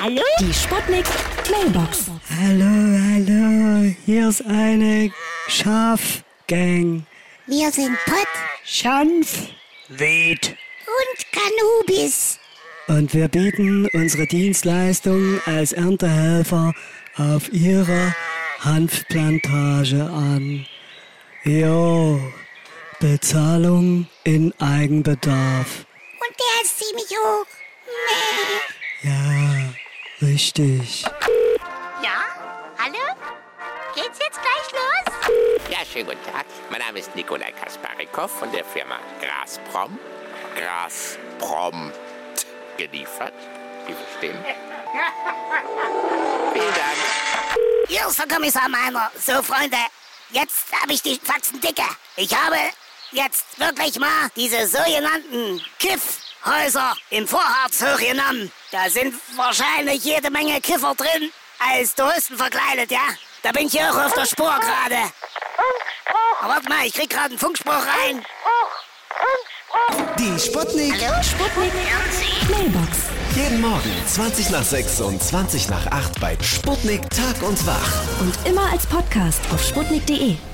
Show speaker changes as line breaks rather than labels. Hallo?
Die Sputnik Mailbox.
Hallo, hallo, hier ist eine Schafgang.
Wir sind Pott
Schanf. Weht.
und Kanubis.
Und wir bieten unsere Dienstleistung als Erntehelfer auf Ihrer Hanfplantage an. Jo, Bezahlung in Eigenbedarf.
Und der ist ziemlich hoch. Mäh.
Ja, richtig.
Ja? Hallo? Geht's jetzt gleich los?
Ja, schönen guten Tag. Mein Name ist Nikolai Kasparikow von der Firma Grasprom. Grasprom geliefert. Sie verstehen? Vielen Dank.
Hier ist der Kommissar Meiner. So, Freunde, jetzt habe ich die Faxen dicke. Ich habe jetzt wirklich mal diese sogenannten Kiffhäuser im Vorharz hochgenommen. Da sind wahrscheinlich jede Menge Kiffer drin, als Touristen verkleidet, ja? Da bin ich auch auf der Spur gerade. Aber Warte mal, ich krieg gerade einen Funkspruch rein.
Die Sputnik.
Sputnik Mailbox.
Jeden Morgen 20 nach 6 und 20 nach 8 bei Sputnik Tag und Wach.
Und immer als Podcast auf sputnik.de.